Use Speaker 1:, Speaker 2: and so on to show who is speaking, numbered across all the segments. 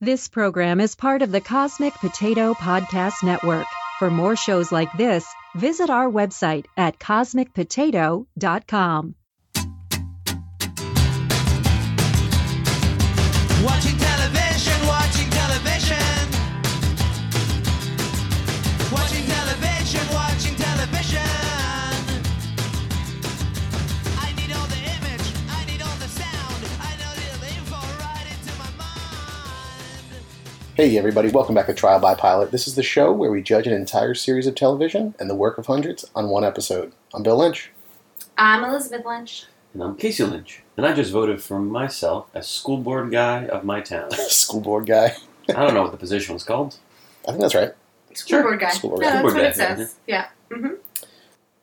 Speaker 1: This program is part of the Cosmic Potato Podcast Network. For more shows like this, visit our website at cosmicpotato.com.
Speaker 2: Watching television, watching television. Watching television, watching television. I need all the image, I need all the sound. I know little info right into my mind.
Speaker 3: Hey, everybody, welcome back to Trial by Pilot. This is the show where we judge an entire series of television and the work of hundreds on one episode. I'm Bill Lynch.
Speaker 4: I'm Um, Elizabeth Lynch.
Speaker 5: And I'm Casey Lynch, and I just voted for myself as school board guy of my town.
Speaker 3: School board guy.
Speaker 5: I don't know what the position was called.
Speaker 3: I think that's right.
Speaker 4: School board guy.
Speaker 3: School board
Speaker 4: no,
Speaker 3: guy.
Speaker 4: that's what it
Speaker 5: School board guy,
Speaker 4: says. Yeah. hmm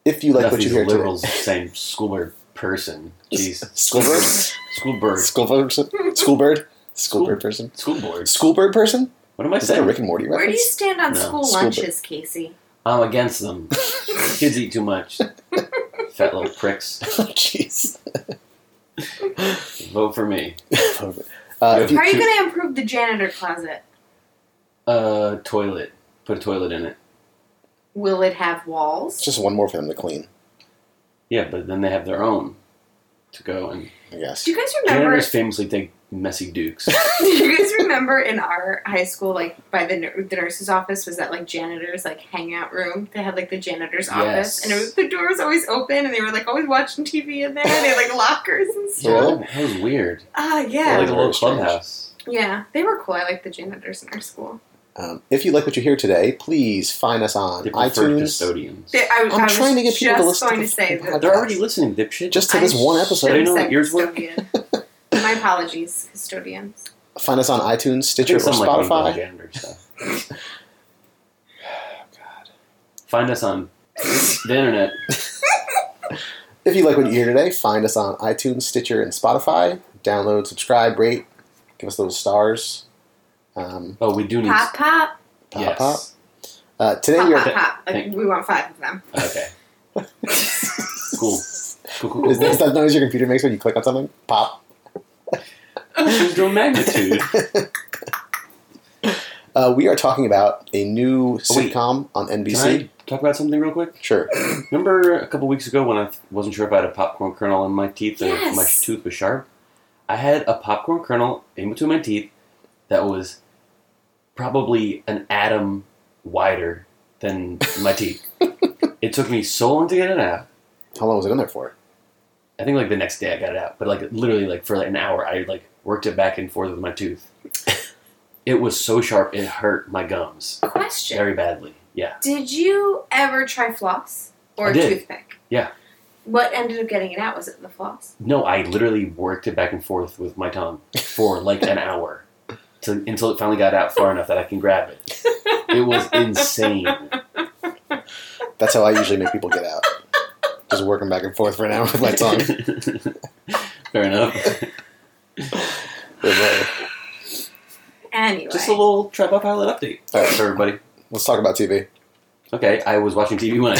Speaker 3: If you like what you hear
Speaker 5: Nothing's liberals, same school board person.
Speaker 3: today.
Speaker 5: Jeez.
Speaker 3: School bird?
Speaker 5: School bird.
Speaker 3: School bird? School bird? School
Speaker 5: School-
Speaker 3: bird person?
Speaker 5: School board.
Speaker 3: School bird person?
Speaker 5: What am I
Speaker 3: Is that a
Speaker 5: saying?
Speaker 3: Rick and Morty
Speaker 4: Where do you
Speaker 3: reference?
Speaker 4: stand on
Speaker 5: No.
Speaker 4: school
Speaker 3: School board.
Speaker 4: lunches, Casey?
Speaker 5: I'm against them. Kids eat too much. Fat little pricks.
Speaker 3: Oh, Jeez.
Speaker 5: Vote for me.
Speaker 3: Uh,
Speaker 5: Yeah.
Speaker 3: if
Speaker 4: How
Speaker 3: you,
Speaker 4: are you
Speaker 5: Two-
Speaker 4: going to improve the janitor closet?
Speaker 5: Uh, toilet. Put a toilet in it.
Speaker 4: Will it have walls?
Speaker 3: it's just one more for them to clean,
Speaker 5: Yeah, but then they have their own to go and.
Speaker 3: I guess.
Speaker 4: do you guys remember?
Speaker 5: Janitors famously take messy dukes.
Speaker 4: do you guys remember in our high school, like by the nur- the nurse's office, was that like janitors like hangout room? They had like the janitor's office,
Speaker 5: Yes.
Speaker 4: and it was the door was always open, and they were like always watching TV in there. They had like lockers and
Speaker 3: Yeah.
Speaker 4: stuff.
Speaker 5: Well, that was weird.
Speaker 4: Ah,
Speaker 5: Yeah,
Speaker 4: yeah,
Speaker 5: like a little
Speaker 3: Very strange.
Speaker 5: clubhouse.
Speaker 4: yeah. They were cool. I liked the janitors in our school.
Speaker 3: Um, if you like what you hear today, please find us on
Speaker 5: They prefer
Speaker 3: iTunes.
Speaker 5: custodians.
Speaker 4: They, I,
Speaker 3: I'm
Speaker 4: I was
Speaker 3: trying to get people
Speaker 4: just
Speaker 3: to listen
Speaker 4: going
Speaker 3: to
Speaker 4: to,
Speaker 3: the
Speaker 4: say
Speaker 3: fucking
Speaker 4: that
Speaker 5: They're already listening, dipshit.
Speaker 3: Just to this
Speaker 4: I
Speaker 3: one episode.
Speaker 5: They know that yours work.
Speaker 4: custodian. My apologies, custodians.
Speaker 3: Find us on iTunes, Stitcher, or
Speaker 5: Think something like
Speaker 3: Spotify.
Speaker 5: Legal Gender stuff. Find us on the internet.
Speaker 3: If you like what you hear today, find us on iTunes, Stitcher, and Spotify. Download, subscribe, rate, give us those stars. Um,
Speaker 5: Oh, we do need.
Speaker 4: Pop, pop,
Speaker 3: pop,
Speaker 5: yes.
Speaker 3: pop. Uh, today
Speaker 4: pop,
Speaker 3: we
Speaker 4: pop,
Speaker 3: are.
Speaker 4: pop. Like,
Speaker 5: Thank-
Speaker 4: we want five of them.
Speaker 5: Okay. cool. Cool, cool, cool,
Speaker 3: Is
Speaker 5: cool.
Speaker 3: that the noise your computer makes when you click on something? Pop.
Speaker 5: There's no magnitude.
Speaker 3: Uh, we are talking about a new
Speaker 5: Oh, wait.
Speaker 3: sitcom on
Speaker 5: Can
Speaker 3: NBC.
Speaker 5: I talk about something real quick?
Speaker 3: Sure.
Speaker 5: Remember a couple weeks ago when I wasn't sure if I had a popcorn kernel in my teeth or if my
Speaker 4: Yes.
Speaker 5: tooth was sharp? I had a popcorn kernel in between my teeth that was probably an atom wider than my teeth. it took me so long to get it out.
Speaker 3: How long was it in there for?
Speaker 5: I think like the next day I got it out, but like literally like for like an hour I like worked it back and forth with my tooth. it was so sharp it hurt my gums
Speaker 4: Question:
Speaker 5: very badly. Yeah.
Speaker 4: Did you ever try floss or
Speaker 5: I
Speaker 4: a
Speaker 5: did.
Speaker 4: toothpick?
Speaker 5: Yeah.
Speaker 4: What ended up getting it out? Was it the floss?
Speaker 5: No, I literally worked it back and forth with my tongue for like an hour to, until it finally got out far enough that I can grab it. It was insane.
Speaker 3: That's how I usually make people get out. Just working back and forth for an hour with my tongue.
Speaker 5: Fair enough.
Speaker 4: Anyway,
Speaker 5: Just a little Tripod Pilot update
Speaker 3: All right.
Speaker 5: for everybody.
Speaker 3: Let's talk about TV.
Speaker 5: Okay, I was watching TV when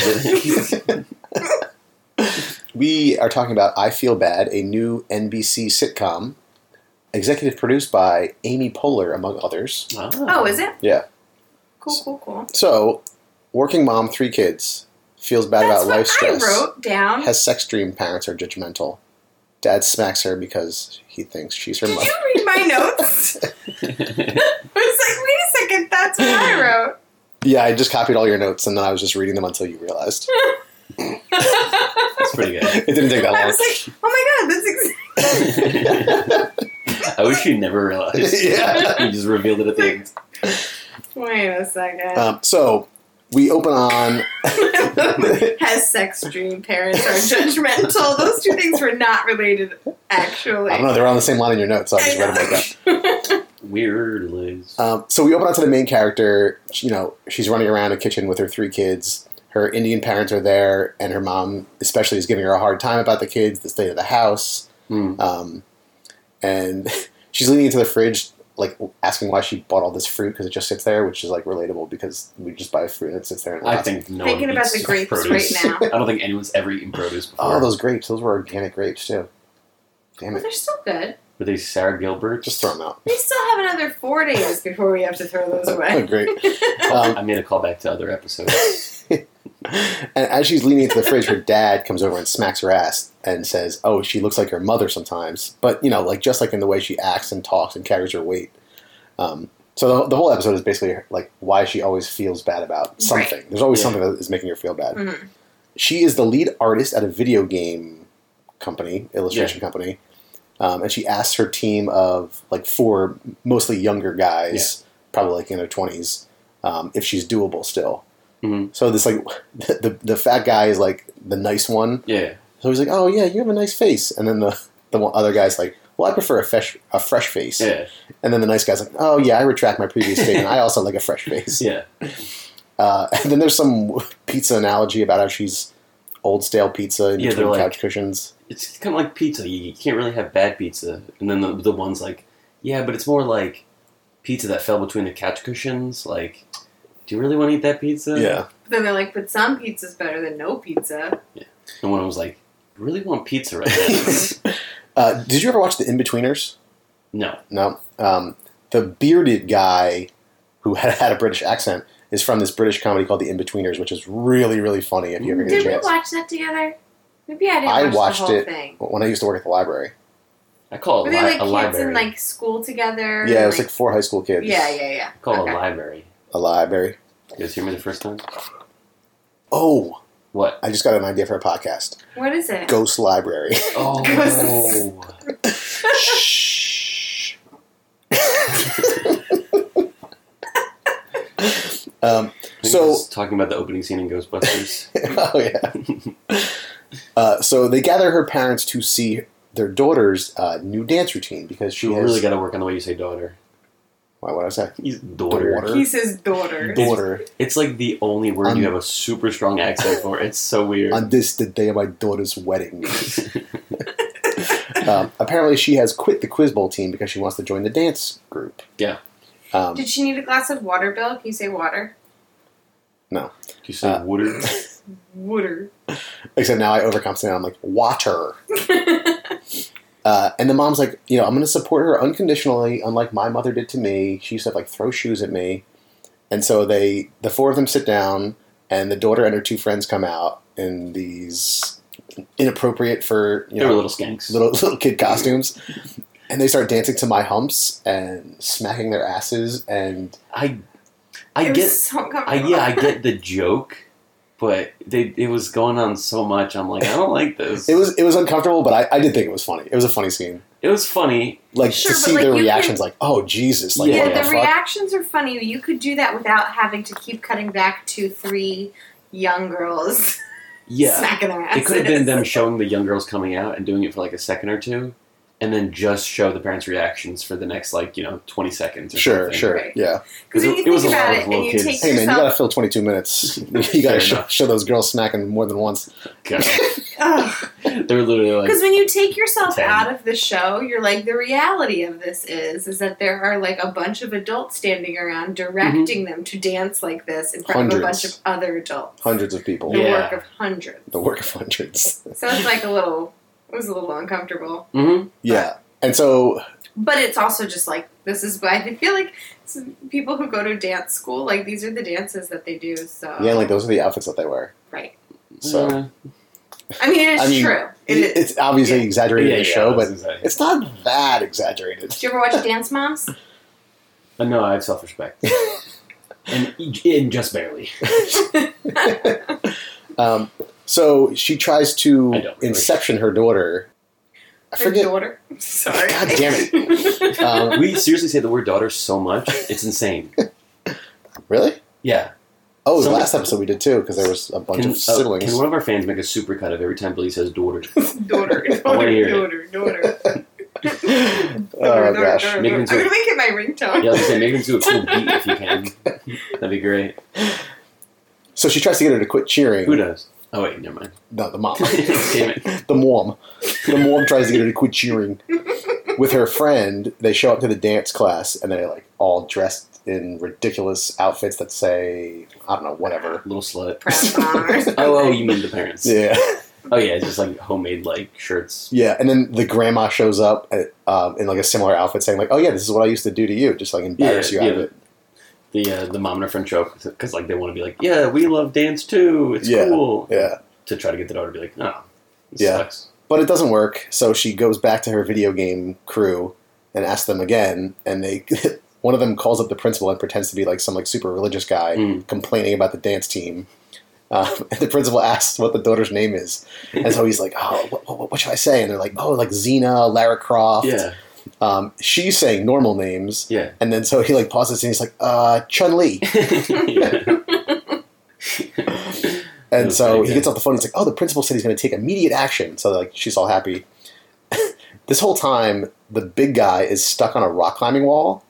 Speaker 5: I did it.
Speaker 3: We are talking about I Feel Bad, a new NBC sitcom, executive produced by Amy Poehler, among others.
Speaker 5: Ah,
Speaker 4: oh, is it?
Speaker 3: Yeah.
Speaker 4: Cool, cool, cool.
Speaker 3: So, working mom, three kids, feels bad
Speaker 4: That's
Speaker 3: about
Speaker 4: what
Speaker 3: life stress,
Speaker 4: I wrote down.
Speaker 3: has sex dream, parents are judgmental. Dad smacks her because he thinks she's her
Speaker 4: Did
Speaker 3: mother.
Speaker 4: you read my notes? I was like, wait a second, that's what I wrote.
Speaker 3: Yeah, I just copied all your notes and then I was just reading them until you realized.
Speaker 5: That's pretty good.
Speaker 3: It didn't take that
Speaker 4: I
Speaker 3: long.
Speaker 4: was like, oh my god, that's exactly.
Speaker 5: I wish you never realized.
Speaker 3: Yeah.
Speaker 5: You just revealed it at the end.
Speaker 4: Wait a second.
Speaker 3: Um, so, we open on. Um,
Speaker 4: Has sex dream parents are judgmental. Those two things were not related, actually.
Speaker 3: I don't know, they were on the same line in your notes, so I just read them like that.
Speaker 5: Weird, Liz.
Speaker 3: Um, so we open up to the main character. She- You know, she's running around a kitchen with her three kids. Her Indian parents are there, and her mom, especially, is giving her a hard time about the kids, the state of the house.
Speaker 5: Hmm.
Speaker 3: Um, and she's leaning into the fridge, like asking why she bought all this fruit because it just sits there, which is like relatable because we just buy fruit and it sits there. And
Speaker 5: I
Speaker 3: rots.
Speaker 5: think no
Speaker 4: Thinking
Speaker 5: one
Speaker 4: about
Speaker 5: eats
Speaker 4: the grapes
Speaker 5: produce.
Speaker 4: right now.
Speaker 5: I don't think anyone's ever eaten produce before.
Speaker 3: oh, those grapes, those were organic grapes too. Damn
Speaker 4: Well,
Speaker 3: it!
Speaker 4: they're still good.
Speaker 5: But Are they Sarah Gilbert?
Speaker 3: Just throw them out.
Speaker 4: We still have another four days before we have to throw those away.
Speaker 3: Great. Um,
Speaker 5: I made a callback to other episodes.
Speaker 3: and as she's leaning into the fridge, her dad comes over and smacks her ass and says, "Oh, she looks like her mother sometimes." But you know, like just like in the way she acts and talks and carries her weight. Um, so the, the whole episode is basically like why she always feels bad about something. There's always
Speaker 5: Yeah.
Speaker 3: something that is making her feel bad.
Speaker 4: Mhm.
Speaker 3: She is the lead artist at a video game company, illustration company, um, and she asks her team of like four mostly younger guys, probably like in their twenties, um, if she's doable still.
Speaker 5: hmm
Speaker 3: So this like the the fat guy is like the nice one.
Speaker 5: Yeah.
Speaker 3: So he's like, "Oh yeah, you have a nice face." And then the the one other guy's like, "Well, I prefer a fresh a fresh face."
Speaker 5: Yeah.
Speaker 3: And then the nice guy's like, "Oh yeah, I retract my previous statement. I also like a fresh face."
Speaker 5: Yeah.
Speaker 3: Uh, and then there's some pizza analogy about how she's old stale pizza in
Speaker 5: Yeah,
Speaker 3: between
Speaker 5: they're like-
Speaker 3: couch cushions.
Speaker 5: It's kind of like pizza. You you can't really have bad pizza. And then the, the one's like, yeah, but it's more like pizza that fell between the couch cushions. Like, do you really want to eat that pizza?
Speaker 3: Yeah,
Speaker 4: But then they're like, but some pizza's better than no pizza.
Speaker 5: And one was like, really want pizza right now?
Speaker 3: uh, did you ever watch The Inbetweeners?
Speaker 5: no.
Speaker 3: No. Um, the bearded guy who had, had a British accent is from this British comedy called The Inbetweeners, which is really really funny if you ever get
Speaker 4: Did
Speaker 3: a
Speaker 4: we
Speaker 3: chance.
Speaker 4: watch that together? Maybe I didn't
Speaker 3: I
Speaker 4: watch
Speaker 3: watched
Speaker 4: the whole
Speaker 3: it.
Speaker 4: thing.
Speaker 3: when I used to work at the library.
Speaker 5: I call
Speaker 4: Were
Speaker 5: it
Speaker 4: they
Speaker 5: li-
Speaker 4: like
Speaker 5: a
Speaker 4: kids
Speaker 5: library.
Speaker 4: in like school together?
Speaker 3: Yeah, it was like four high school kids.
Speaker 4: yeah, yeah, yeah.
Speaker 5: I call it
Speaker 4: Okay.
Speaker 5: a library.
Speaker 3: A library.
Speaker 5: You guys hear me the first time?
Speaker 3: Oh,
Speaker 5: What?
Speaker 3: I just got an idea for a podcast.
Speaker 4: What is it?
Speaker 3: Ghost Library.
Speaker 5: Oh.
Speaker 3: Shh. um, So-
Speaker 5: so talking about the opening scene in Ghostbusters.
Speaker 3: oh yeah. Uh, so they gather her parents to see their daughter's uh, new dance routine because she
Speaker 5: you
Speaker 3: has.
Speaker 5: really got to work on the way you say daughter.
Speaker 3: why? What I say?
Speaker 5: He's daughter.
Speaker 3: Daughter.
Speaker 4: He says daughter.
Speaker 3: Daughter.
Speaker 5: It's like the only word
Speaker 3: Um,
Speaker 5: you have a super strong accent for. It's so weird.
Speaker 3: On this, the day of my daughter's wedding. um, apparently, she has quit the quiz bowl team because she wants to join the dance group.
Speaker 5: Yeah.
Speaker 3: Um,
Speaker 4: Did she need a glass of water, Bill? Can you say water?
Speaker 5: Do you say
Speaker 3: uh,
Speaker 5: water?
Speaker 4: Water.
Speaker 3: Except now I overcompensate. I'm like, water. uh, and the mom's like, you know, I'm going to support her unconditionally, unlike my mother did to me. She used to like throw shoes at me. And so they, the four of them sit down, and the daughter and her two friends come out in these inappropriate for you
Speaker 5: They
Speaker 3: know
Speaker 5: were little skanks.
Speaker 3: little little kid costumes, and they start dancing to my humps and smacking their asses and
Speaker 5: I, I
Speaker 4: it
Speaker 5: get.
Speaker 4: was so
Speaker 5: I
Speaker 4: uncomfortable.
Speaker 5: yeah, I get the joke, but they it was going on so much. I'm like, I don't like this.
Speaker 3: it was it was uncomfortable, but I, I did think it was funny. It was a funny scene.
Speaker 5: It was funny.
Speaker 3: like
Speaker 4: Sure,
Speaker 3: to
Speaker 4: but,
Speaker 3: see
Speaker 4: like,
Speaker 3: their
Speaker 4: you
Speaker 3: reactions like oh jesus like
Speaker 5: Yeah,
Speaker 4: yeah,
Speaker 3: what the
Speaker 4: the
Speaker 3: fuck
Speaker 4: reactions are funny. You could do that without having to keep cutting back to three young girls
Speaker 5: Yeah,
Speaker 4: smacking their asses.
Speaker 5: it could have been them showing the young girls coming out and doing it for like a second or two, and then just show the parents' reactions for the next like you know 20 seconds. Or
Speaker 3: sure
Speaker 5: something.
Speaker 3: sure
Speaker 4: Right.
Speaker 3: yeah
Speaker 4: Because when
Speaker 5: It
Speaker 4: you
Speaker 5: was
Speaker 4: think
Speaker 5: a lot
Speaker 4: about
Speaker 5: of
Speaker 4: it
Speaker 5: little
Speaker 4: and you
Speaker 5: kids.
Speaker 4: take
Speaker 3: hey man you
Speaker 4: yourself,
Speaker 3: gotta fill 22 minutes you gotta
Speaker 5: Fair
Speaker 3: show,
Speaker 5: enough.
Speaker 3: show those girls smacking more than once
Speaker 5: God.
Speaker 4: Ugh.
Speaker 5: they were literally like,
Speaker 4: Because when you take yourself
Speaker 5: Ten.
Speaker 4: out of the show, you're like the reality of this is is that there are like a bunch of adults standing around directing them to dance like this in front of a bunch
Speaker 3: Hundreds.
Speaker 4: of other adults.
Speaker 3: hundreds of people
Speaker 4: The
Speaker 5: Yeah.
Speaker 4: work of hundreds.
Speaker 3: the work of hundreds
Speaker 4: So it's like a little it was a little uncomfortable.
Speaker 5: mm-hmm.
Speaker 3: yeah and so
Speaker 4: But it's also just like this is why I feel like some people who go to dance school, like these are the dances that they do, so
Speaker 3: yeah like those are the outfits that they wear
Speaker 4: right.
Speaker 3: So-
Speaker 5: uh,
Speaker 4: I mean it is
Speaker 3: I mean,
Speaker 4: true. It is.
Speaker 3: it's obviously
Speaker 4: yeah.
Speaker 3: exaggerated in the show
Speaker 5: that's
Speaker 3: but
Speaker 5: exactly-
Speaker 3: it's not that exaggerated
Speaker 4: Did you ever watch Dance Moms?
Speaker 5: Uh, no, I have self respect. and, and just barely.
Speaker 3: um, so she tries to
Speaker 5: I don't really.
Speaker 3: inception her daughter i
Speaker 4: Her
Speaker 3: forget
Speaker 4: daughter. Sorry.
Speaker 3: god damn it um,
Speaker 5: We seriously say the word daughter so much, it's insane.
Speaker 3: really
Speaker 5: Yeah.
Speaker 3: oh the
Speaker 5: Somebody-
Speaker 3: last episode we did too because there was a bunch
Speaker 5: Can,
Speaker 3: of
Speaker 5: uh,
Speaker 3: siblings
Speaker 5: can one of our fans make a supercut of every time Billy says daughter?
Speaker 4: daughter,
Speaker 5: I wanna hear
Speaker 4: daughter,
Speaker 5: it.
Speaker 4: daughter, daughter.
Speaker 3: oh gosh
Speaker 4: I'm
Speaker 5: Make it
Speaker 4: gonna make
Speaker 5: into a-
Speaker 4: it my ringtone.
Speaker 5: Yeah, I was gonna say, maybe do a cool beat if you can. That'd be great.
Speaker 3: So she tries to get her to quit cheering.
Speaker 5: Who knows? Oh wait, never mind.
Speaker 3: No, the mom.
Speaker 5: Damn
Speaker 3: the
Speaker 5: it.
Speaker 3: mom. The mom tries to get her to quit cheering. With her friend, they show up to the dance class and they're like all dressed in ridiculous outfits that say, I don't know, whatever.
Speaker 5: Little slut.
Speaker 4: Proud mom or something.
Speaker 5: Oh, oh, you mean the parents?
Speaker 3: Yeah.
Speaker 5: Oh yeah, it's just like homemade like shirts.
Speaker 3: Yeah, and then the grandma shows up at, um, in like a similar outfit, saying like, "Oh yeah, this is what I used to do to you," just like embarrass
Speaker 5: Yeah,
Speaker 3: you out
Speaker 5: yeah.
Speaker 3: of it.
Speaker 5: The uh, the mom and her friend show up because like they want to be like, yeah, we love dance too. It's
Speaker 3: Yeah,
Speaker 5: cool.
Speaker 3: Yeah,
Speaker 5: To try to get the daughter to be like, no, this
Speaker 3: Yeah.
Speaker 5: sucks.
Speaker 3: but it doesn't work. So she goes back to her video game crew and asks them again, and they one of them calls up the principal and pretends to be like some like super religious guy
Speaker 5: Mm.
Speaker 3: complaining about the dance team. Um, and the principal asks what the daughter's name is, and so he's like, "Oh, what, what, what should I say?" And they're like, "Oh, like Xena, Lara Croft."
Speaker 5: Yeah,
Speaker 3: Um, she's saying normal names,
Speaker 5: yeah.
Speaker 3: and then so he like pauses and he's like, "Uh, Chun Li."
Speaker 5: yeah.
Speaker 3: And
Speaker 5: That's
Speaker 3: so he
Speaker 5: pretty good.
Speaker 3: gets off the phone. And he's like, "Oh, the principal said he's going to take immediate action." So like she's all happy. this whole time, the big guy is stuck on a rock climbing wall,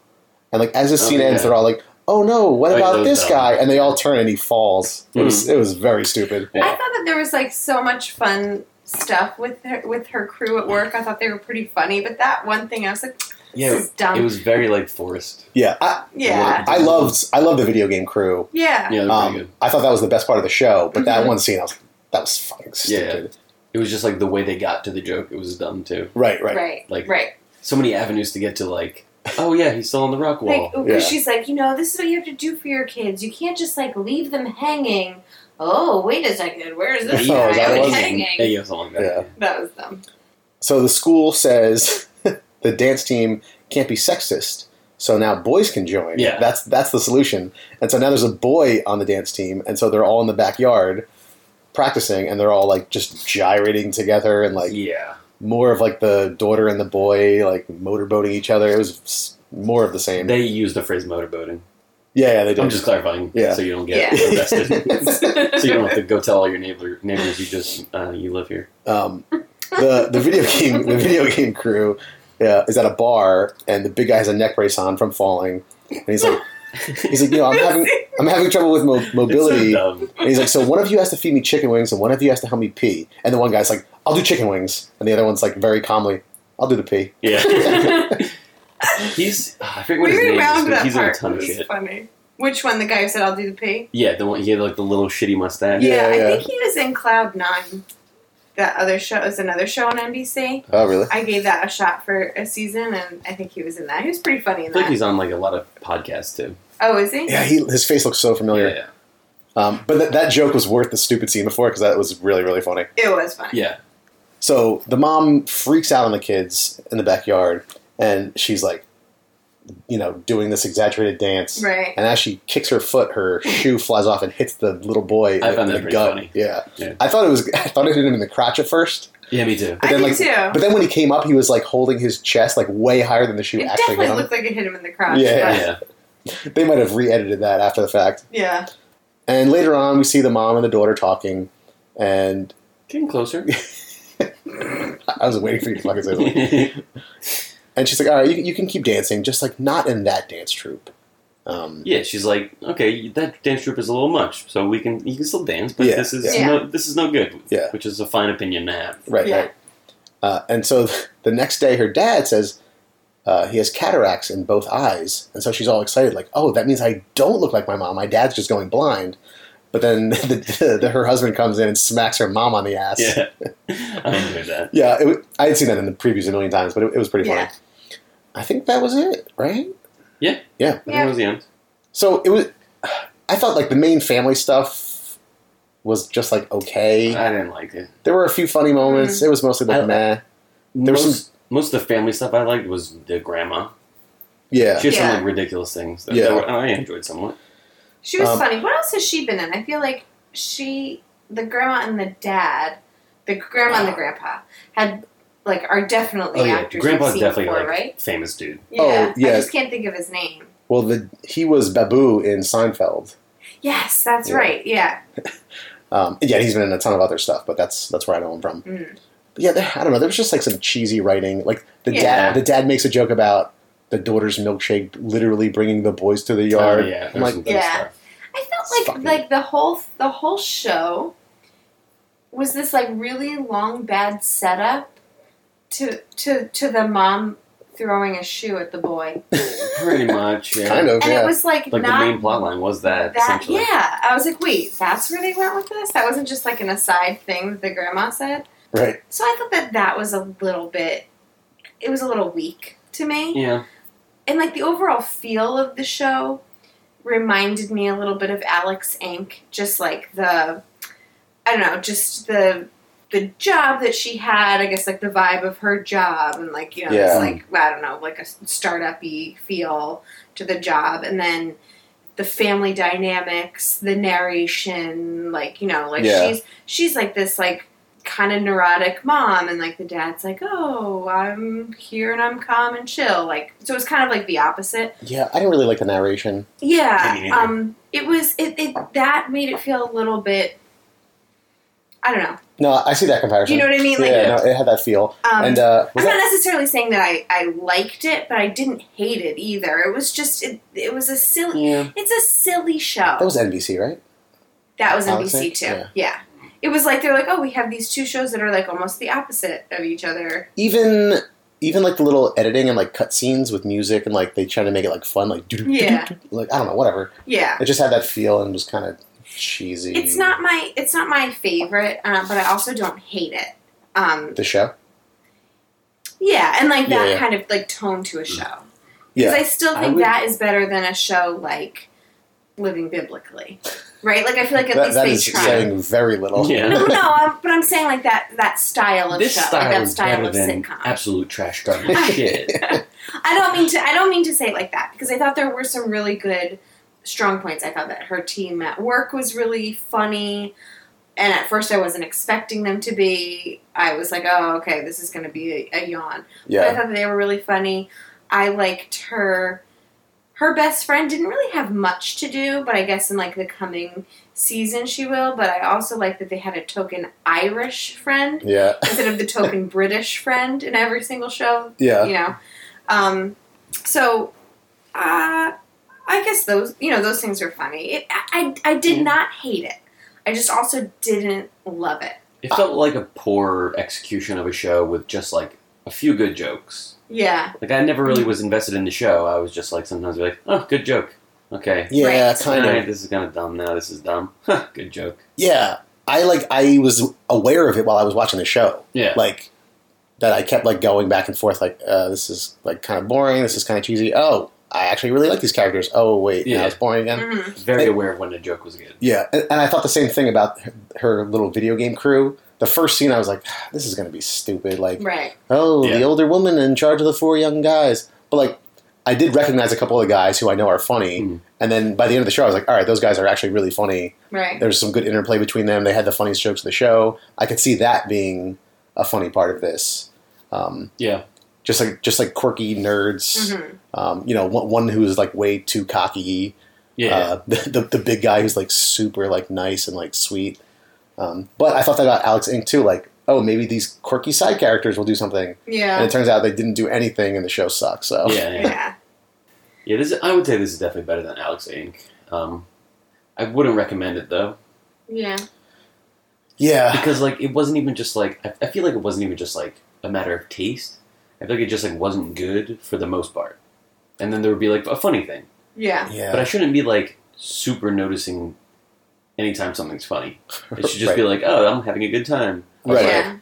Speaker 3: and like as this
Speaker 5: Oh,
Speaker 3: scene ends,
Speaker 5: yeah.
Speaker 3: they're all like, "Oh no, what
Speaker 5: Oh, yeah, that
Speaker 3: about
Speaker 5: was
Speaker 3: this
Speaker 5: dumb. Mm-hmm.
Speaker 3: guy?" And they all turn and he falls. It was it was very stupid.
Speaker 4: I thought that there was like so much fun stuff with her with her crew at work. I thought they were pretty funny, but that one thing I was like,
Speaker 5: Yeah,
Speaker 4: this is dumb.
Speaker 5: it was very like forced.
Speaker 3: Yeah, I,
Speaker 4: yeah,
Speaker 3: I loved I loved the video game crew.
Speaker 4: yeah,
Speaker 5: Yeah, they're pretty
Speaker 3: Um,
Speaker 5: good.
Speaker 3: I thought that was the best part of the show, but that
Speaker 4: Mhm.
Speaker 3: one scene, I was like, "That was fucking stupid."
Speaker 5: It was just like the way they got to the joke. It was dumb too.
Speaker 3: Right, right.
Speaker 4: right, right.
Speaker 5: Like- So many avenues to get to like, oh yeah, he's still on the rock wall.
Speaker 4: Like, because
Speaker 3: yeah.
Speaker 4: she's like, you know, this is what you have to do for your kids. You can't just like leave them hanging. Oh, wait a second, where is this
Speaker 3: Oh,
Speaker 4: guy
Speaker 3: is that
Speaker 4: I
Speaker 3: what it
Speaker 4: was
Speaker 3: was?
Speaker 4: hanging?
Speaker 5: Yeah, yeah, something like that.
Speaker 3: Yeah.
Speaker 4: That was them.
Speaker 3: So the school says the dance team can't be sexist, so now boys can join.
Speaker 5: Yeah.
Speaker 3: that's that's the solution. And so now there's a boy on the dance team, and so they're all in the backyard practicing, and they're all like just gyrating together, and like
Speaker 5: Yeah.
Speaker 3: more of like the daughter and the boy like motorboating each other. It was s- more of the same.
Speaker 5: They use the phrase motorboating.
Speaker 3: yeah, yeah, they did.
Speaker 5: I'm just clarifying
Speaker 3: Yeah.
Speaker 5: so you don't get
Speaker 4: Yeah.
Speaker 5: arrested. so you don't have to go tell all your neighbor, neighbors you just uh, you live here.
Speaker 3: um, the the video game the video game crew uh, is at a bar, and the big guy has a neck brace on from falling, and he's like, he's like, you know, I'm having I'm having trouble with mo-
Speaker 5: It's
Speaker 3: mobility,
Speaker 5: so dumb.
Speaker 3: and he's like, so one of you has to feed me chicken wings, and one of you has to help me pee, and the one guy's like, I'll do chicken wings, and the other one's like, very calmly, I'll do the pee.
Speaker 5: Yeah. he's I forget what his
Speaker 4: we
Speaker 5: name is,
Speaker 4: rounded
Speaker 5: but
Speaker 4: that
Speaker 5: he's in a
Speaker 4: part.
Speaker 5: ton
Speaker 4: It
Speaker 5: of
Speaker 4: was
Speaker 5: shit.
Speaker 4: funny. Which one? The guy who said, "I'll do the pee."
Speaker 5: Yeah, the one he had like the little shitty mustache.
Speaker 3: Yeah,
Speaker 4: I
Speaker 3: yeah.
Speaker 4: think he was in Cloud Nine. That other show is another show on NBC.
Speaker 3: Oh, really?
Speaker 4: I gave that a shot for a season, and I think he was in that. He was pretty funny in
Speaker 5: I feel like
Speaker 4: that.
Speaker 5: he's on like a lot of podcasts too.
Speaker 4: Oh, is he?
Speaker 3: Yeah, he, his face looks so familiar.
Speaker 5: yeah.
Speaker 3: Um, but th- that joke was worth the stupid scene before because that was really really funny.
Speaker 4: It was funny.
Speaker 5: Yeah.
Speaker 3: So the mom freaks out on the kids in the backyard, and she's like, you know, doing this exaggerated dance.
Speaker 4: Right.
Speaker 3: And as she kicks her foot, her shoe flies off and hits the little boy in
Speaker 5: I
Speaker 3: the,
Speaker 5: found
Speaker 3: in
Speaker 5: that
Speaker 3: the
Speaker 5: pretty
Speaker 3: gut.
Speaker 5: funny.
Speaker 3: Yeah.
Speaker 5: Yeah.
Speaker 3: I thought it was. I thought it hit him in the crotch at first,
Speaker 5: Yeah, me too.
Speaker 4: I
Speaker 3: then,
Speaker 4: did
Speaker 3: like,
Speaker 4: too.
Speaker 3: but then when he came up, he was like holding his chest like way higher than the shoe
Speaker 4: it
Speaker 3: actually
Speaker 4: definitely
Speaker 3: hit him.
Speaker 4: looked like it hit him in the crotch.
Speaker 3: Yeah.
Speaker 5: Yeah.
Speaker 3: They might have re-edited that after the fact.
Speaker 4: but- yeah.
Speaker 3: And later on, we see the mom and the daughter talking, and
Speaker 5: Getting closer.
Speaker 3: I was waiting for you to fucking say something.
Speaker 5: yeah,
Speaker 3: And she's like, "All right, you, you can keep dancing, just like not in that dance troupe." Um,
Speaker 5: she's like, okay, that dance troupe is a little much, so we can you can still dance, but
Speaker 3: Yeah,
Speaker 5: this is
Speaker 4: yeah.
Speaker 5: no this is no good.
Speaker 3: Yeah.
Speaker 5: Which is a fine opinion to have.
Speaker 3: Right,
Speaker 4: Yeah.
Speaker 3: right. Uh, and so the next day, her dad says uh, he has cataracts in both eyes, and so she's all excited, like, "Oh, that means I don't look like my mom. My dad's just going blind." But then the, the, her husband comes in and smacks her mom on the ass.
Speaker 5: Yeah. I enjoyed that.
Speaker 3: Yeah, it, wa- I had seen that in the previews a million times, but it, it was pretty funny.
Speaker 4: Yeah.
Speaker 3: I think that was it, right?
Speaker 5: Yeah.
Speaker 3: Yeah.
Speaker 5: I think it was the end.
Speaker 3: So it was. I thought like the main family stuff was just like okay.
Speaker 5: I didn't like it.
Speaker 3: There were a few funny moments.
Speaker 4: Mm-hmm.
Speaker 3: It was mostly like
Speaker 5: I-
Speaker 3: meh. There was
Speaker 5: Most, most of the family stuff I liked was the grandma.
Speaker 3: Yeah.
Speaker 5: She had
Speaker 4: Yeah.
Speaker 5: some like ridiculous things that
Speaker 3: Yeah.
Speaker 5: that were- I enjoyed somewhat.
Speaker 4: She was
Speaker 3: Um,
Speaker 4: funny. What else has she been in? I feel like she, the grandma and the dad, the grandma and the grandpa had like are definitely
Speaker 5: Oh yeah,
Speaker 4: actors.
Speaker 5: grandpa's
Speaker 4: we've seen
Speaker 5: definitely
Speaker 4: before,
Speaker 5: like
Speaker 4: right.
Speaker 5: famous dude.
Speaker 3: Oh,
Speaker 4: I
Speaker 3: yeah.
Speaker 4: just can't think of his name.
Speaker 3: Well, the he was Babu in Seinfeld.
Speaker 4: Yes, that's
Speaker 3: Yeah.
Speaker 4: right. Yeah.
Speaker 3: Um, yeah, he's been in a ton of other stuff, but that's that's where I know him from.
Speaker 4: Mm.
Speaker 3: But yeah, there, I don't know. There was just like some cheesy writing. Like the
Speaker 4: Yeah.
Speaker 3: dad, the dad makes a joke about the daughter's milkshake literally bringing the boys to the yard.
Speaker 5: Oh, yeah,
Speaker 3: I'm
Speaker 5: there's
Speaker 3: like,
Speaker 5: some dumb
Speaker 4: Yeah.
Speaker 5: stuff.
Speaker 4: I
Speaker 3: It's
Speaker 4: felt like
Speaker 3: fucking-
Speaker 4: like the whole the whole show was this like really long bad setup to to to the mom throwing a shoe at the boy.
Speaker 5: Pretty much. Yeah.
Speaker 3: Kind of,
Speaker 4: And
Speaker 3: yeah.
Speaker 4: it was like,
Speaker 5: Like
Speaker 4: not
Speaker 5: the main plot line was that,
Speaker 4: that.
Speaker 5: essentially.
Speaker 4: Yeah. I was like, wait, that's where they went with this? That wasn't just like an aside thing that the grandma said.
Speaker 3: right.
Speaker 4: So I thought that that was a little bit, it was a little weak to me.
Speaker 5: Yeah.
Speaker 4: And like the overall feel of the show reminded me a little bit of Alex Inc. Just like the, I don't know, just the the job that she had. I guess like the vibe of her job and like you know,
Speaker 3: Yeah.
Speaker 4: it's like I don't know, like a startup-y feel to the job, and then the family dynamics, the narration, like you know, like
Speaker 3: Yeah.
Speaker 4: she's she's like this like kind of neurotic mom and like the dad's like oh i'm here and i'm calm and chill like so it's kind of like the opposite
Speaker 3: Yeah, I didn't really like the narration.
Speaker 5: Me
Speaker 4: yeah
Speaker 5: neither.
Speaker 4: um it was it, it that made it feel a little bit i don't know
Speaker 3: No, I see that comparison.
Speaker 4: you know what i mean like
Speaker 3: yeah, no, it had that feel.
Speaker 4: um
Speaker 3: and uh,
Speaker 4: i'm
Speaker 3: was
Speaker 4: not
Speaker 3: that,
Speaker 4: necessarily saying that i i liked it but i didn't hate it either it was just it, it was a silly
Speaker 5: Yeah.
Speaker 4: it's a silly show
Speaker 3: that was NBC, right?
Speaker 4: That was
Speaker 3: Alex
Speaker 4: NBC
Speaker 3: Inc?
Speaker 4: too.
Speaker 3: Yeah.
Speaker 4: Yeah. It was like they're like, oh, we have these two shows that are like almost the opposite of each other.
Speaker 3: Even even like the little editing and like cutscenes with music and like they try to make it like fun, like doo
Speaker 4: Yeah.
Speaker 3: like I don't know, whatever.
Speaker 4: Yeah.
Speaker 3: It just had that feel and was kind of cheesy.
Speaker 4: It's not my it's not my favorite, uh, but I also don't hate it. Um,
Speaker 3: the show.
Speaker 4: yeah, and like that
Speaker 3: Yeah, yeah.
Speaker 4: kind of like tone to a show
Speaker 3: Yeah,
Speaker 4: because I still
Speaker 5: I
Speaker 4: think
Speaker 5: would-
Speaker 4: that is better than a show like Living Biblically, right? Like I feel like at
Speaker 3: that,
Speaker 4: least
Speaker 3: that
Speaker 4: they
Speaker 3: is
Speaker 4: try.
Speaker 3: saying very little.
Speaker 5: Yeah.
Speaker 4: No, no, I'm, but I'm saying like that that style of
Speaker 5: This
Speaker 4: show,
Speaker 5: style
Speaker 4: like that
Speaker 5: is
Speaker 4: style
Speaker 5: better
Speaker 4: of
Speaker 5: than
Speaker 4: sitcom.
Speaker 5: absolute trash garbage shit.
Speaker 4: I don't mean to. I don't mean to say it like that because I thought there were some really good strong points. I thought that her team at work was really funny, and at first I wasn't expecting them to be. I was like, oh, okay, this is going to be a, a yawn. But uh, I
Speaker 3: yeah,
Speaker 4: thought that they were really funny. I liked her. Her best friend didn't really have much to do, but I guess in like the coming season she will. But I also like that they had a token Irish friend
Speaker 3: yeah,
Speaker 4: instead of the token British friend in every single show
Speaker 3: yeah.
Speaker 4: you know um, so uh, i guess those you know those things are funny it, I, I I did
Speaker 5: Yeah.
Speaker 4: not hate it i just also didn't love it
Speaker 5: It felt like a poor execution of a show with just like a few good jokes.
Speaker 4: yeah
Speaker 5: Like I never really was invested in the show. I was just like sometimes be like, oh, good joke. Okay.
Speaker 3: Yeah,
Speaker 4: Right.
Speaker 3: kind
Speaker 5: Alright,
Speaker 3: of.
Speaker 5: this is kind of dumb now. This is dumb. Huh, good joke.
Speaker 3: Yeah, I like. I was aware of it while I was watching the show.
Speaker 5: Yeah.
Speaker 3: Like that, I kept like going back and forth. Like uh, this is like kind of boring. This is kind of cheesy. Oh, I actually really like these characters. Oh wait, now
Speaker 5: Yeah.
Speaker 3: it's boring again.
Speaker 4: hmm
Speaker 5: Very
Speaker 3: Hey.
Speaker 5: aware of when the joke was good.
Speaker 3: Yeah, and, and I thought the same thing about her, her little video game crew. The first scene, I was like, "Ah, "This is going to be stupid." Like,
Speaker 4: right
Speaker 3: oh, the
Speaker 5: Yeah.
Speaker 3: older woman in charge of the four young guys. But like, I did recognize a couple of the guys who I know are funny.
Speaker 5: Mhm.
Speaker 3: And then by the end of the show, I was like, "All right, those guys are actually really funny."
Speaker 4: right
Speaker 3: there's some good interplay between them. They had the funniest jokes of the show. I could see that being a funny part of this. Um,
Speaker 5: Yeah.
Speaker 3: just like just like quirky nerds,
Speaker 4: Mhm.
Speaker 3: um, you know, one, one who's like way too cocky.
Speaker 5: Yeah.
Speaker 3: Uh, the, the the big guy who's like super like nice and like sweet. Um, but I thought that about Alex Inc. too. Like, oh, maybe these quirky side characters will do something, and
Speaker 4: yeah
Speaker 3: it turns out they didn't do anything, and the show sucks. So
Speaker 5: yeah. Yeah.
Speaker 4: yeah
Speaker 5: Yeah, this is, I would say this is definitely better than Alex Inc. Um, I wouldn't recommend it though,
Speaker 4: yeah
Speaker 3: yeah,
Speaker 5: because like it wasn't even just like I, I feel like it wasn't even just like a matter of taste. I feel like it just like wasn't good for the most part, and then there would be like a funny thing,
Speaker 4: yeah
Speaker 5: but I
Speaker 3: yeah,
Speaker 5: shouldn't be like super noticing anytime something's funny. It should just
Speaker 3: Right.
Speaker 5: be like, oh, I'm having a good time. I was
Speaker 3: Right.
Speaker 5: like,
Speaker 4: yeah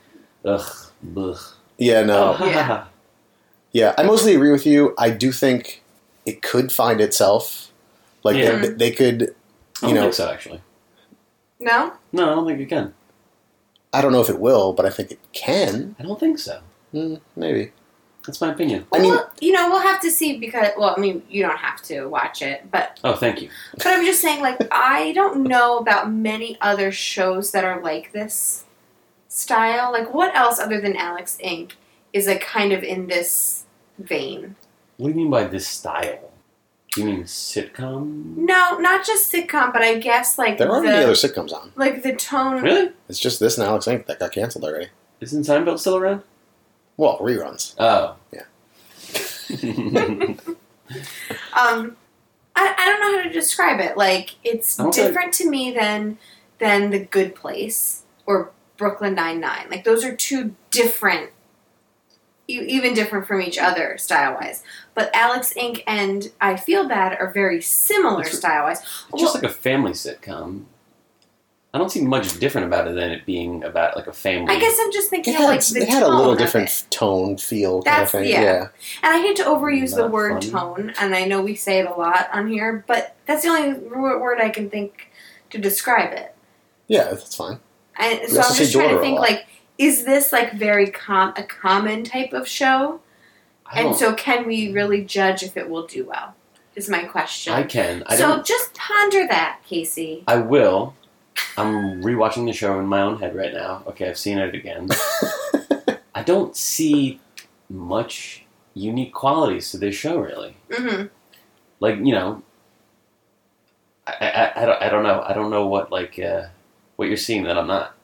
Speaker 5: Ugh. blech.
Speaker 3: yeah. No,
Speaker 5: Oh, ha, ha, ha.
Speaker 3: Yeah, I mostly agree with you. I do think it could find itself. Like
Speaker 5: Yeah.
Speaker 3: they, they could,
Speaker 5: I
Speaker 3: you
Speaker 5: don't
Speaker 3: know,
Speaker 5: think so actually.
Speaker 4: no
Speaker 5: No, I don't think you can.
Speaker 3: I don't know if it will, but I think it can.
Speaker 5: I don't think so.
Speaker 3: Mm, maybe.
Speaker 5: That's my opinion.
Speaker 3: I mean,
Speaker 4: well, you know, we'll have to see because, well, I mean, you don't have to watch it, but
Speaker 5: Oh, thank you.
Speaker 4: but I'm just saying, like, I don't know about many other shows that are like this style. Like, what else other than Alex Inc. is like kind of in this vein?
Speaker 5: What do you mean by this style? Do you mean sitcom?
Speaker 4: No, not just sitcom, but I guess like
Speaker 3: there aren't
Speaker 4: the
Speaker 3: any other sitcoms on.
Speaker 4: like the tone.
Speaker 5: Really?
Speaker 3: It's just this and Alex Inc. that got canceled already.
Speaker 5: Isn't Seinfeld still around?
Speaker 3: Well, reruns.
Speaker 5: Oh.
Speaker 3: Yeah.
Speaker 4: Um, I, I don't know how to describe it. Like, it's
Speaker 5: Okay.
Speaker 4: different to me than than the Good Place or Brooklyn Nine Nine. Like, those are two different e- even different from each other style wise. But Alex Inc. and I Feel Bad are very similar
Speaker 5: It's-
Speaker 4: style wise.
Speaker 5: It's just like a family sitcom. I don't see much different about it than it being about like a family.
Speaker 4: I guess I'm just thinking
Speaker 3: It
Speaker 4: of
Speaker 3: had,
Speaker 4: like the
Speaker 3: it had a
Speaker 4: tone
Speaker 3: little
Speaker 4: of
Speaker 3: different
Speaker 4: it.
Speaker 3: tone, feel
Speaker 4: That's-
Speaker 3: kind of thing.
Speaker 4: yeah. And I hate to overuse the
Speaker 5: Not
Speaker 4: word
Speaker 5: funny.
Speaker 4: tone, and I know we say it a lot on here, but that's the only wor- word I can think to describe it.
Speaker 3: Yeah, that's fine.
Speaker 4: And
Speaker 3: We
Speaker 4: so
Speaker 3: also
Speaker 4: I'm just
Speaker 3: say
Speaker 4: trying
Speaker 3: daughter
Speaker 4: to
Speaker 3: a
Speaker 4: think
Speaker 3: lot.
Speaker 4: like, is this like very com- a common type of show?
Speaker 5: I
Speaker 4: And
Speaker 5: don't.
Speaker 4: so can we really judge if it will do well? Is my question.
Speaker 5: I can. I
Speaker 4: so
Speaker 5: don't.
Speaker 4: just ponder that, Casey.
Speaker 5: I will. I'm rewatching the show in my own head right now. Okay, I've seen it again. I don't see much unique qualities to this show, really.
Speaker 4: hmm
Speaker 5: Like you know, I I, I, don't, I don't know. I don't know what like uh, what you're seeing that I'm not.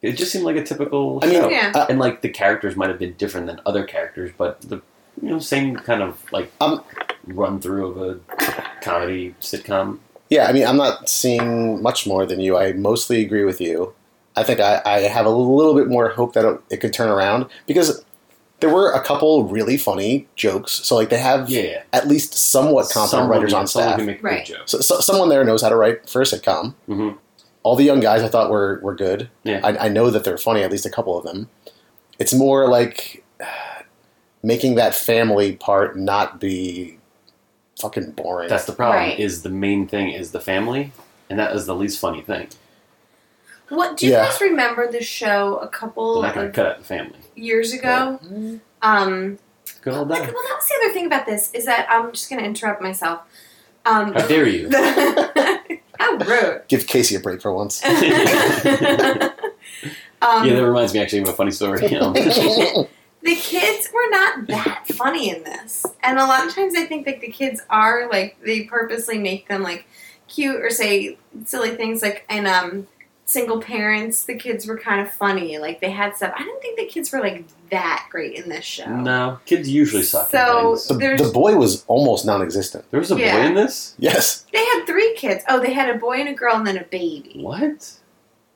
Speaker 5: It just seemed like a typical.
Speaker 3: I mean,
Speaker 5: show.
Speaker 4: Yeah.
Speaker 3: uh,
Speaker 5: and like the characters might have been different than other characters, but the you know same kind of like
Speaker 3: Um,
Speaker 5: run through of a comedy sitcom.
Speaker 3: yeah. I mean, I'm not seeing much more than you. I mostly agree with you. I think I, I have a little bit more hope that it, it could turn around because there were a couple really funny jokes. So like they have
Speaker 5: Yeah,
Speaker 3: at least somewhat competent
Speaker 5: Someone-
Speaker 3: writers on
Speaker 5: someone
Speaker 3: staff.
Speaker 5: Who make good
Speaker 4: Right.
Speaker 5: jokes.
Speaker 3: So, so someone there knows how to write for a sitcom.
Speaker 5: hmm
Speaker 3: All the young guys I thought were were good.
Speaker 5: Yeah,
Speaker 3: I, I know that they're funny, at least a couple of them. It's more like uh, making that family part not be fucking boring.
Speaker 5: that's the problem.
Speaker 4: Right.
Speaker 5: Is the main thing is the family, and that is the least funny thing.
Speaker 4: What do you
Speaker 3: Yeah.
Speaker 4: guys remember the show a
Speaker 5: They're
Speaker 4: couple
Speaker 5: not going to
Speaker 4: of
Speaker 5: cut out the family.
Speaker 4: years ago?
Speaker 3: Hmm.
Speaker 4: Um,
Speaker 5: Good old
Speaker 4: Like,
Speaker 5: die.
Speaker 4: well, that's the other thing about this is that I'm just going to interrupt myself. Um,
Speaker 5: How dare you?
Speaker 4: the- how rude.
Speaker 3: Give Casey a break for once.
Speaker 4: um,
Speaker 5: yeah, that reminds me actually of a funny story. You know?
Speaker 4: the kids were not that funny in this, and a lot of times I think like the kids are like they purposely make them like cute or say silly things like and um single parents the kids were kind of funny like they had stuff i didn't think the kids were like that great in this show
Speaker 5: no, kids usually suck. at
Speaker 4: So-
Speaker 5: things.
Speaker 3: the,
Speaker 4: There's-
Speaker 3: the boy was almost non-existent.
Speaker 5: there was a
Speaker 4: Yeah.
Speaker 5: boy in this.
Speaker 3: Yes.
Speaker 4: they had three kids oh they had a boy and a girl and then a baby
Speaker 5: What?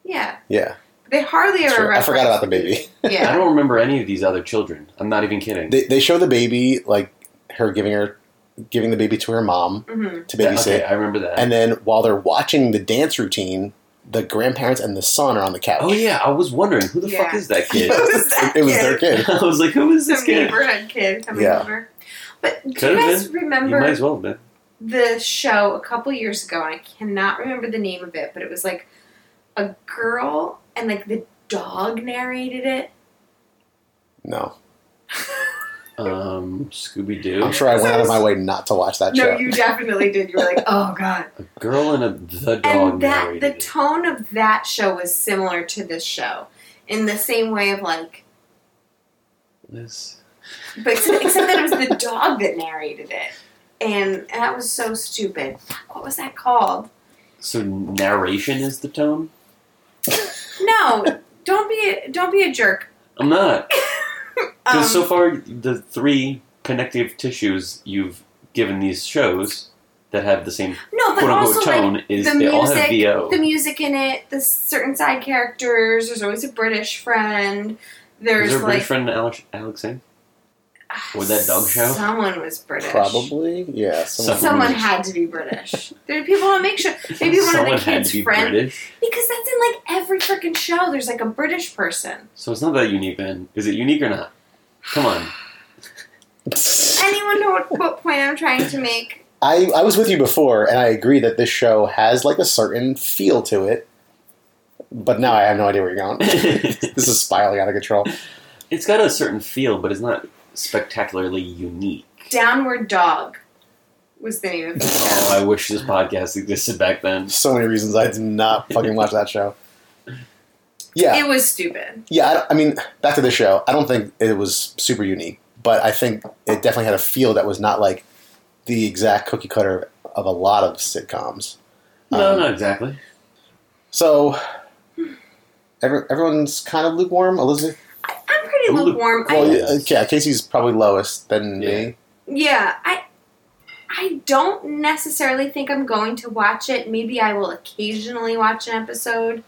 Speaker 4: yeah
Speaker 3: Yeah.
Speaker 4: They hardly
Speaker 3: That's
Speaker 4: ever.
Speaker 3: true. I forgot
Speaker 4: reference
Speaker 3: about the baby.
Speaker 5: I
Speaker 4: Yeah,
Speaker 5: don't remember any of these other children. I'm not even kidding.
Speaker 3: They, they show the baby like her giving her giving the baby to her mom
Speaker 4: hmm
Speaker 3: to
Speaker 5: That-
Speaker 3: babysit.
Speaker 5: okay, I remember that.
Speaker 3: And then while they're watching the dance routine, the grandparents and the son are on the couch.
Speaker 5: Oh yeah, I was wondering who the
Speaker 4: Yeah.
Speaker 5: fuck is that kid?
Speaker 4: It was that
Speaker 3: It was
Speaker 4: kid.
Speaker 3: their kid.
Speaker 5: I was like, who is this
Speaker 4: Some
Speaker 5: kid?
Speaker 4: neighborhood kid coming
Speaker 3: Yeah.
Speaker 4: over. But do
Speaker 5: Could've
Speaker 4: you guys
Speaker 5: been. You
Speaker 4: remember
Speaker 5: might as well have been.
Speaker 4: the show a couple years ago? And I cannot remember the name of it, but it was like a girl and like the dog narrated it.
Speaker 3: No.
Speaker 5: Um, Scooby
Speaker 3: I'm
Speaker 5: Doo,
Speaker 3: sure I went out of my way not to watch that show.
Speaker 4: No, you definitely did. You were like, oh god.
Speaker 5: a girl and a the dog
Speaker 4: And that
Speaker 5: narrated
Speaker 4: the
Speaker 5: it.
Speaker 4: tone of that show was similar to this show in the same way of like,
Speaker 5: This-
Speaker 4: But except, except that it was the dog that narrated it. And that was so stupid. What was that called?
Speaker 5: So narration is the tone.
Speaker 4: No, don't be don't be a jerk.
Speaker 5: I'm not
Speaker 4: Um,
Speaker 5: because so far the three connective tissues you've given these shows that have the same
Speaker 4: no, Oh, but
Speaker 5: quote
Speaker 4: also
Speaker 5: unquote tone
Speaker 4: like
Speaker 5: is
Speaker 4: the
Speaker 5: they all have
Speaker 4: music,
Speaker 5: VO.
Speaker 4: the music in it, the certain side characters. There's always a British friend. There's
Speaker 5: is there a
Speaker 4: like
Speaker 5: British friend Alex Alex eh? in? or that dog show?
Speaker 4: Someone was British.
Speaker 3: Probably, yeah. someone-
Speaker 5: So-
Speaker 4: Someone had to be British. There people don't make sure. Maybe one
Speaker 5: Someone
Speaker 4: of the
Speaker 5: had
Speaker 4: kids'
Speaker 5: to be
Speaker 4: friends.
Speaker 5: British.
Speaker 4: Because that's in like every freaking show. There's like a British person.
Speaker 5: So it's not that unique then. Is it unique or not? Come on.
Speaker 4: Anyone know what, what point I'm trying to make?
Speaker 3: I, I was with you before, and I agree that this show has like a certain feel to it. But now I have no idea where you're going. this is spiraling out of control.
Speaker 5: It's got a certain feel, but it's not spectacularly unique.
Speaker 4: Downward Dog was the name of the
Speaker 5: Oh,
Speaker 4: show.
Speaker 5: I wish this podcast existed back then.
Speaker 3: So many reasons I did not fucking watch that show. Yeah,
Speaker 4: It was stupid.
Speaker 3: yeah. I, don't- I mean, back to the show. I don't think it was super unique, but I think it definitely had a feel that was not like the exact cookie cutter of a lot of sitcoms.
Speaker 5: No,
Speaker 3: Um,
Speaker 5: not exactly.
Speaker 3: So every, everyone's kind of lukewarm. Elizabeth,
Speaker 4: I, I'm pretty
Speaker 5: I'm lu-
Speaker 4: lukewarm.
Speaker 3: well,
Speaker 4: I,
Speaker 5: yeah.
Speaker 3: yeah, yeah, Casey's probably lowest than
Speaker 5: Yeah.
Speaker 3: me.
Speaker 4: yeah, I I don't necessarily think I'm going to watch it. Maybe I will occasionally watch an episode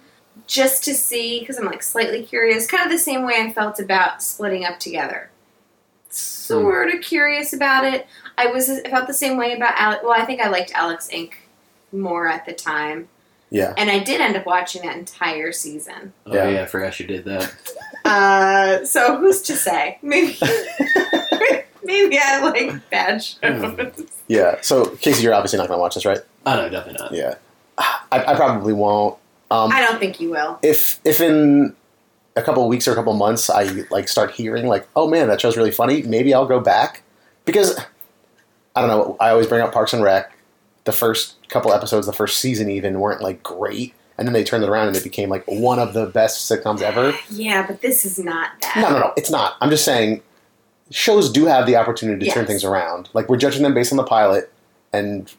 Speaker 4: just to see because I'm like slightly curious. Kind of the same way I felt about splitting up together. sort of curious about it. I was I felt the same way about Alex. Well, I think I liked Alex Inc. more at the time,
Speaker 3: Yeah.
Speaker 4: and I did end up watching that entire season.
Speaker 5: Oh
Speaker 3: Yeah.
Speaker 5: yeah. I forgot you did that.
Speaker 4: Uh, so who's to say? Maybe maybe I like bad shows.
Speaker 3: Yeah. So, Casey, you're obviously not going to watch this, right?
Speaker 5: Oh no, definitely not.
Speaker 3: Yeah. I, I probably won't. Um,
Speaker 4: I don't think you will.
Speaker 3: if if in a couple weeks or a couple months I like start hearing like, oh man, that show's really funny, maybe I'll go back because I don't know. I always bring up Parks and Rec. The first couple episodes, the first season even weren't like great, and then they turned it around and it became like one of the best sitcoms ever.
Speaker 4: Yeah, but this is not that.
Speaker 3: No, no, no, it's not. I'm just saying shows do have the opportunity to turn
Speaker 4: Yes.
Speaker 3: things around. Like we're judging them based on the pilot, and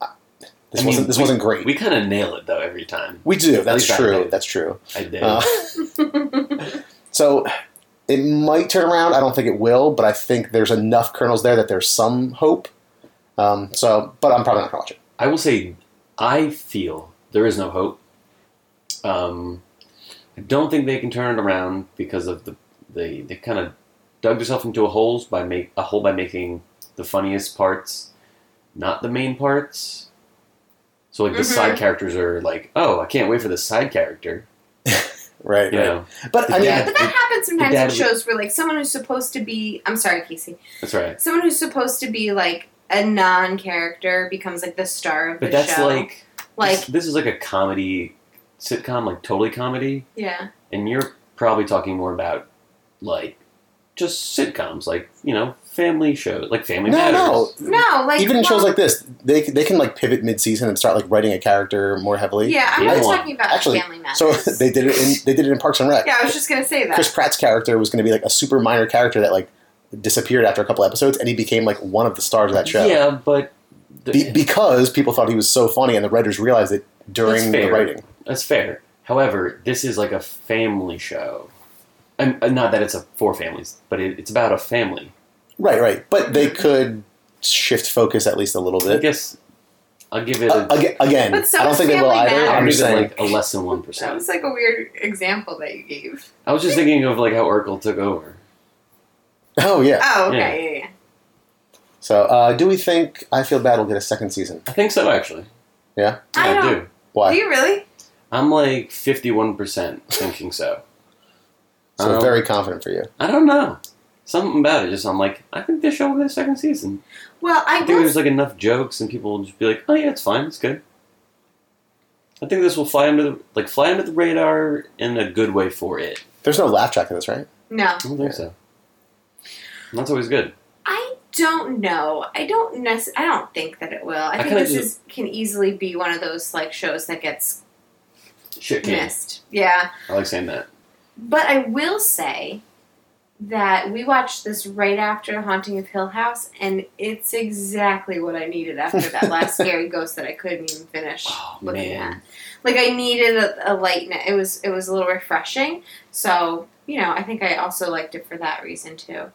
Speaker 3: uh, this
Speaker 5: I mean,
Speaker 3: wasn't this
Speaker 5: we-
Speaker 3: wasn't great.
Speaker 5: We kind of nail it though every time.
Speaker 3: we do. That's
Speaker 5: least I
Speaker 3: true.
Speaker 5: did.
Speaker 3: That's true.
Speaker 5: I did.
Speaker 3: Uh, so it might turn around. I don't think it will, but I think there's enough kernels there that there's some hope. Um, so, but I'm probably not gonna watch it.
Speaker 5: I will say, I feel there is no hope. Um, I don't think they can turn it around because of the they they kind of dug themselves into a holes by make a hole by making the funniest parts, not the main parts. So like the
Speaker 4: Mhm.
Speaker 5: side characters are like, oh, I can't wait for the side character.
Speaker 3: Right.
Speaker 5: You know,
Speaker 3: But I mean,
Speaker 5: Yeah.
Speaker 4: But that happens sometimes
Speaker 5: dad
Speaker 4: in
Speaker 5: was-
Speaker 4: shows where, like, someone who's supposed to be. I'm sorry, Casey.
Speaker 5: that's right.
Speaker 4: Someone who's supposed to be, like, a non character becomes, like, the star of
Speaker 5: But
Speaker 4: the
Speaker 5: that's
Speaker 4: show.
Speaker 5: like
Speaker 4: like,
Speaker 5: this, this is like a comedy sitcom, like totally comedy.
Speaker 4: yeah.
Speaker 5: and you're probably talking more about like just sitcoms, like you know, family shows, like Family
Speaker 3: no,
Speaker 5: Matters.
Speaker 3: no.
Speaker 4: No, like.
Speaker 3: Mm. Even in
Speaker 4: well,
Speaker 3: shows like this, they they can like pivot mid-season and start like writing a character more heavily.
Speaker 4: Yeah, I'm
Speaker 5: Yeah.
Speaker 4: not talking about
Speaker 3: Actually,
Speaker 4: Family Matters.
Speaker 3: So they did it. In, they did it in Parks and Rec.
Speaker 4: yeah, I was just going to say that.
Speaker 3: Chris Pratt's character was going to be like a super minor character that like disappeared after a couple episodes, and he became like one of the stars of that show.
Speaker 5: Yeah, but the,
Speaker 3: Be- because people thought he was so funny, and the writers realized it during
Speaker 5: That's
Speaker 3: the
Speaker 5: fair.
Speaker 3: writing.
Speaker 5: that's fair. However, this is like a family show, and and not that it's a for families, but it, it's about a family.
Speaker 3: Right, right. But they could shift focus at least a little
Speaker 5: I
Speaker 3: bit.
Speaker 5: guess I'll give it.
Speaker 3: Uh,
Speaker 5: A,
Speaker 3: aga- again,
Speaker 4: But so
Speaker 3: I don't
Speaker 4: does
Speaker 3: think they will
Speaker 4: Family
Speaker 3: either.
Speaker 4: Matters.
Speaker 5: I'll
Speaker 3: I'm
Speaker 5: give
Speaker 3: just
Speaker 5: it
Speaker 3: saying.
Speaker 5: like a less than one
Speaker 4: that
Speaker 5: percent.
Speaker 4: was, like, a weird example that you gave.
Speaker 5: I was just thinking of like how Urkel took over.
Speaker 3: oh yeah.
Speaker 4: Oh,
Speaker 5: Yeah.
Speaker 4: okay, yeah, yeah.
Speaker 3: So, uh, do we think I Feel Bad will get a second season?
Speaker 5: I think so, actually.
Speaker 3: Yeah.
Speaker 5: Yeah,
Speaker 4: I don't.
Speaker 5: do.
Speaker 3: Why?
Speaker 4: Do you really?
Speaker 5: I'm like fifty-one percent thinking so.
Speaker 3: so
Speaker 5: Um,
Speaker 3: very confident for you.
Speaker 5: I don't know. Something about it. Just I'm like, I think they show will get a second season.
Speaker 4: Well, I,
Speaker 5: I think
Speaker 4: guess.
Speaker 5: there's like enough jokes and people will just be like, oh yeah, it's fine, it's good. I think this will fly under the like fly under the radar in a good way for it.
Speaker 3: There's no laugh track in this, right?
Speaker 4: no.
Speaker 5: I don't think so. And that's always good.
Speaker 4: I don't know. I don't necess- I don't think that it will. I,
Speaker 5: I
Speaker 4: think
Speaker 5: kinda
Speaker 4: this
Speaker 5: do-
Speaker 4: is can easily be one of those like shows that gets
Speaker 5: Shit can.
Speaker 4: missed. Yeah.
Speaker 5: I like saying that.
Speaker 4: But I will say that we watched this right after The Haunting of Hill House and it's exactly what I needed after that last scary ghost that I couldn't even finish
Speaker 5: Oh
Speaker 4: looking
Speaker 5: man.
Speaker 4: at. Like I needed a, a lightness. It was it was a little refreshing. So, you know, I think I also liked it for that reason too.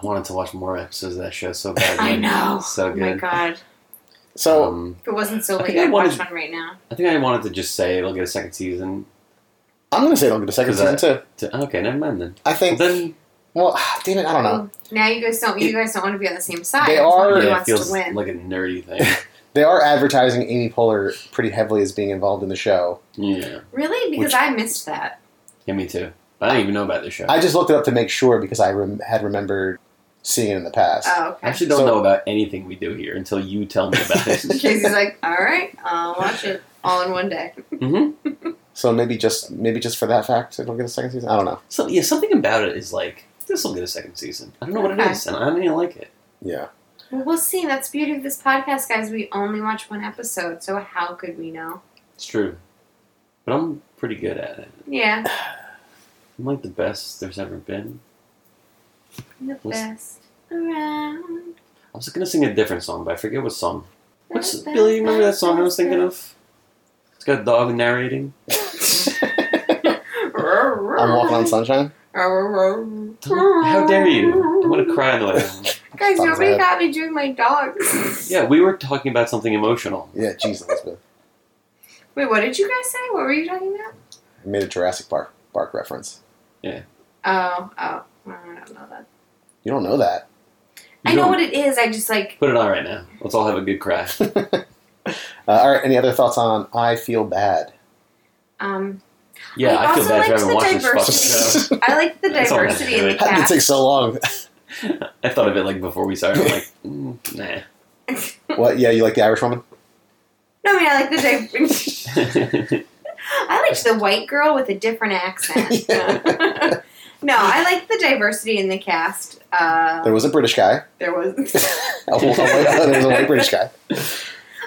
Speaker 5: I wanted to watch more episodes of that show so bad.
Speaker 4: I know.
Speaker 5: So
Speaker 4: oh my
Speaker 5: good.
Speaker 4: god.
Speaker 3: So,
Speaker 5: um,
Speaker 4: If it wasn't so
Speaker 5: I
Speaker 4: late,
Speaker 5: think I
Speaker 4: I'd watch
Speaker 5: wanted-
Speaker 4: one right now.
Speaker 5: I think I wanted to just say it'll get a second season.
Speaker 3: I'm going to say it'll get a second
Speaker 5: Is that-
Speaker 3: season, too.
Speaker 5: To, okay, never mind then.
Speaker 3: I think.
Speaker 5: then
Speaker 3: well, damn it, I don't know.
Speaker 4: Oh, Now you guys don't. You guys don't want to be on the same side.
Speaker 3: They
Speaker 4: That's why
Speaker 3: are-
Speaker 4: He
Speaker 5: yeah, it
Speaker 4: wants
Speaker 5: feels
Speaker 4: to win.
Speaker 5: like a nerdy thing.
Speaker 3: They are advertising Amy Poehler pretty heavily as being involved in the show.
Speaker 5: yeah.
Speaker 4: really, because
Speaker 3: Which-
Speaker 4: I missed that.
Speaker 5: Yeah, me too. I didn't even know about this show.
Speaker 3: I just looked it up to make sure because I rem- had remembered seeing it in the past.
Speaker 4: Oh,
Speaker 5: I
Speaker 4: okay.
Speaker 5: actually don't
Speaker 3: So-
Speaker 5: know about anything we do here until you tell me about it.
Speaker 4: Casey's like, all right, I'll watch it all in one day.
Speaker 5: hmm
Speaker 3: So maybe just maybe just for that fact, it'll get a second season. I don't know.
Speaker 5: So yeah, something about it is like this will get a second season. I don't know what it
Speaker 4: Okay.
Speaker 5: is, and I don't even like it.
Speaker 3: Yeah.
Speaker 4: Well, we'll see. That's the beauty of this podcast, guys. We only watch one episode, so how could we know?
Speaker 5: It's true, but I'm pretty good at it.
Speaker 4: Yeah,
Speaker 5: I'm like the best there's ever been.
Speaker 4: the
Speaker 5: We'll s-
Speaker 4: best around.
Speaker 5: I was gonna sing a different song, but I forget what song.
Speaker 4: the
Speaker 5: What's
Speaker 4: best
Speaker 5: Billy? you Remember that song I was thinking
Speaker 4: around.
Speaker 5: of? It's got a dog narrating.
Speaker 3: I'm walking on sunshine.
Speaker 5: How dare you! I'm gonna cry in the living room.
Speaker 4: Guys,
Speaker 3: Thumbs
Speaker 4: nobody
Speaker 3: up.
Speaker 4: got me doing my dogs.
Speaker 5: Yeah, we were talking about something emotional.
Speaker 3: Yeah, Jesus, Elizabeth.
Speaker 4: Wait, what did you guys say? What were you talking about?
Speaker 3: I made a Jurassic Park Park reference.
Speaker 4: Oh, oh, I don't know that.
Speaker 3: You You don't know that.
Speaker 4: I know what it is. I just like
Speaker 5: Put it on right now. Let's all have a good cry.
Speaker 3: Uh, all right. Any other thoughts on I Feel Bad?
Speaker 4: um
Speaker 5: Yeah,
Speaker 4: I
Speaker 5: I, feel
Speaker 4: also
Speaker 5: bad for
Speaker 4: liked
Speaker 5: having
Speaker 4: the
Speaker 5: watched this
Speaker 4: diversity.
Speaker 5: fucking show.
Speaker 4: I like the
Speaker 5: That's all right.
Speaker 4: diversity in the
Speaker 5: It
Speaker 3: How did it
Speaker 4: cast.
Speaker 3: take so long?
Speaker 5: I thought of it like before we started. I'm like, mm, nah.
Speaker 3: what? Yeah, you like the Irish woman?
Speaker 4: No, I mean I like the diversity. I liked the white girl with a different accent. no, I liked the diversity in the cast. Uh,
Speaker 3: There was a British guy.
Speaker 4: there was.
Speaker 3: A white- there was a white British guy.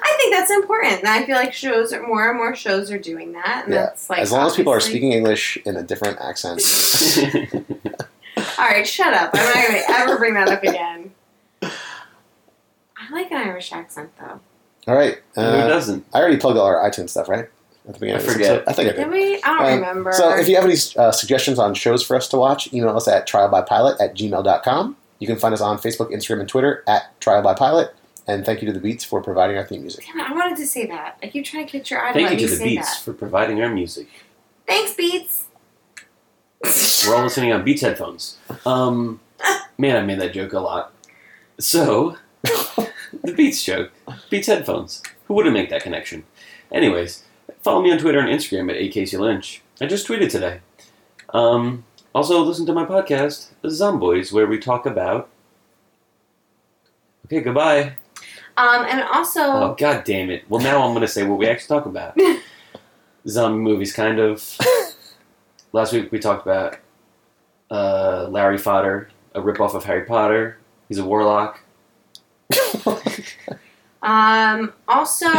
Speaker 4: I think that's important. And I feel like shows are more and more shows are doing that. And
Speaker 3: Yeah.
Speaker 4: that's like
Speaker 3: as long as people are
Speaker 4: obviously-
Speaker 3: speaking English in a different accent.
Speaker 4: All right, shut up. I'm not going to ever bring that up again. I like an Irish accent though.
Speaker 3: All right.
Speaker 5: Who
Speaker 3: Uh,
Speaker 5: doesn't?
Speaker 3: I already plugged all our iTunes stuff, right? At the beginning,
Speaker 5: I
Speaker 3: of this
Speaker 5: forget.
Speaker 3: episode? I think I did.
Speaker 4: Did we? I don't
Speaker 3: Um,
Speaker 4: remember.
Speaker 3: So if you have any uh, suggestions on shows for us to watch, email us at trialbypilot at gmail.com. You can find us on Facebook, Instagram, and Twitter at trialbypilot. And thank you to the Beats for providing our theme music.
Speaker 4: Damn it, I wanted to say that. I keep trying to catch your eye to let
Speaker 5: Thank
Speaker 4: me
Speaker 5: you to the
Speaker 4: say
Speaker 5: Beats
Speaker 4: that.
Speaker 5: for providing our music.
Speaker 4: Thanks, Beats.
Speaker 5: We're all listening on Beats headphones. Um, man, I made that joke a lot. So, the Beats joke, Beats headphones. Who wouldn't make that connection? Anyways, follow me on Twitter and Instagram at akclynch. I just tweeted today. Um, also, listen to my podcast, The Zomboys, where we talk about. Okay, goodbye.
Speaker 4: Um, and also,
Speaker 5: Oh, god damn it. Well, now I'm going to say what we actually talk about. Zombie movies, kind of. Last week we talked about uh, Larry Fodder, a ripoff of Harry Potter. He's a warlock.
Speaker 4: Um, also,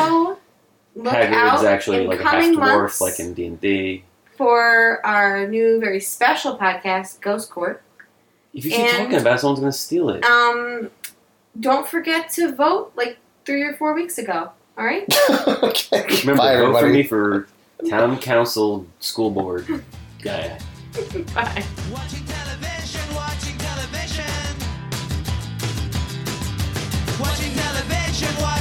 Speaker 4: look
Speaker 5: Hagrid's
Speaker 4: out
Speaker 5: actually
Speaker 4: in
Speaker 5: like a half
Speaker 4: coming
Speaker 5: dwarf,
Speaker 4: months
Speaker 5: like in D&D.
Speaker 4: for our new, very special podcast, Ghost Court.
Speaker 5: If you keep
Speaker 4: And-
Speaker 5: talking about it, someone's going to steal it.
Speaker 4: Um, don't forget to vote like three or four weeks ago. All right.
Speaker 3: okay.
Speaker 5: Remember,
Speaker 3: Bye,
Speaker 5: vote
Speaker 3: everybody.
Speaker 5: for me for town council school board guy.
Speaker 4: Bye.
Speaker 2: Watching television, watching television. Watching television, watching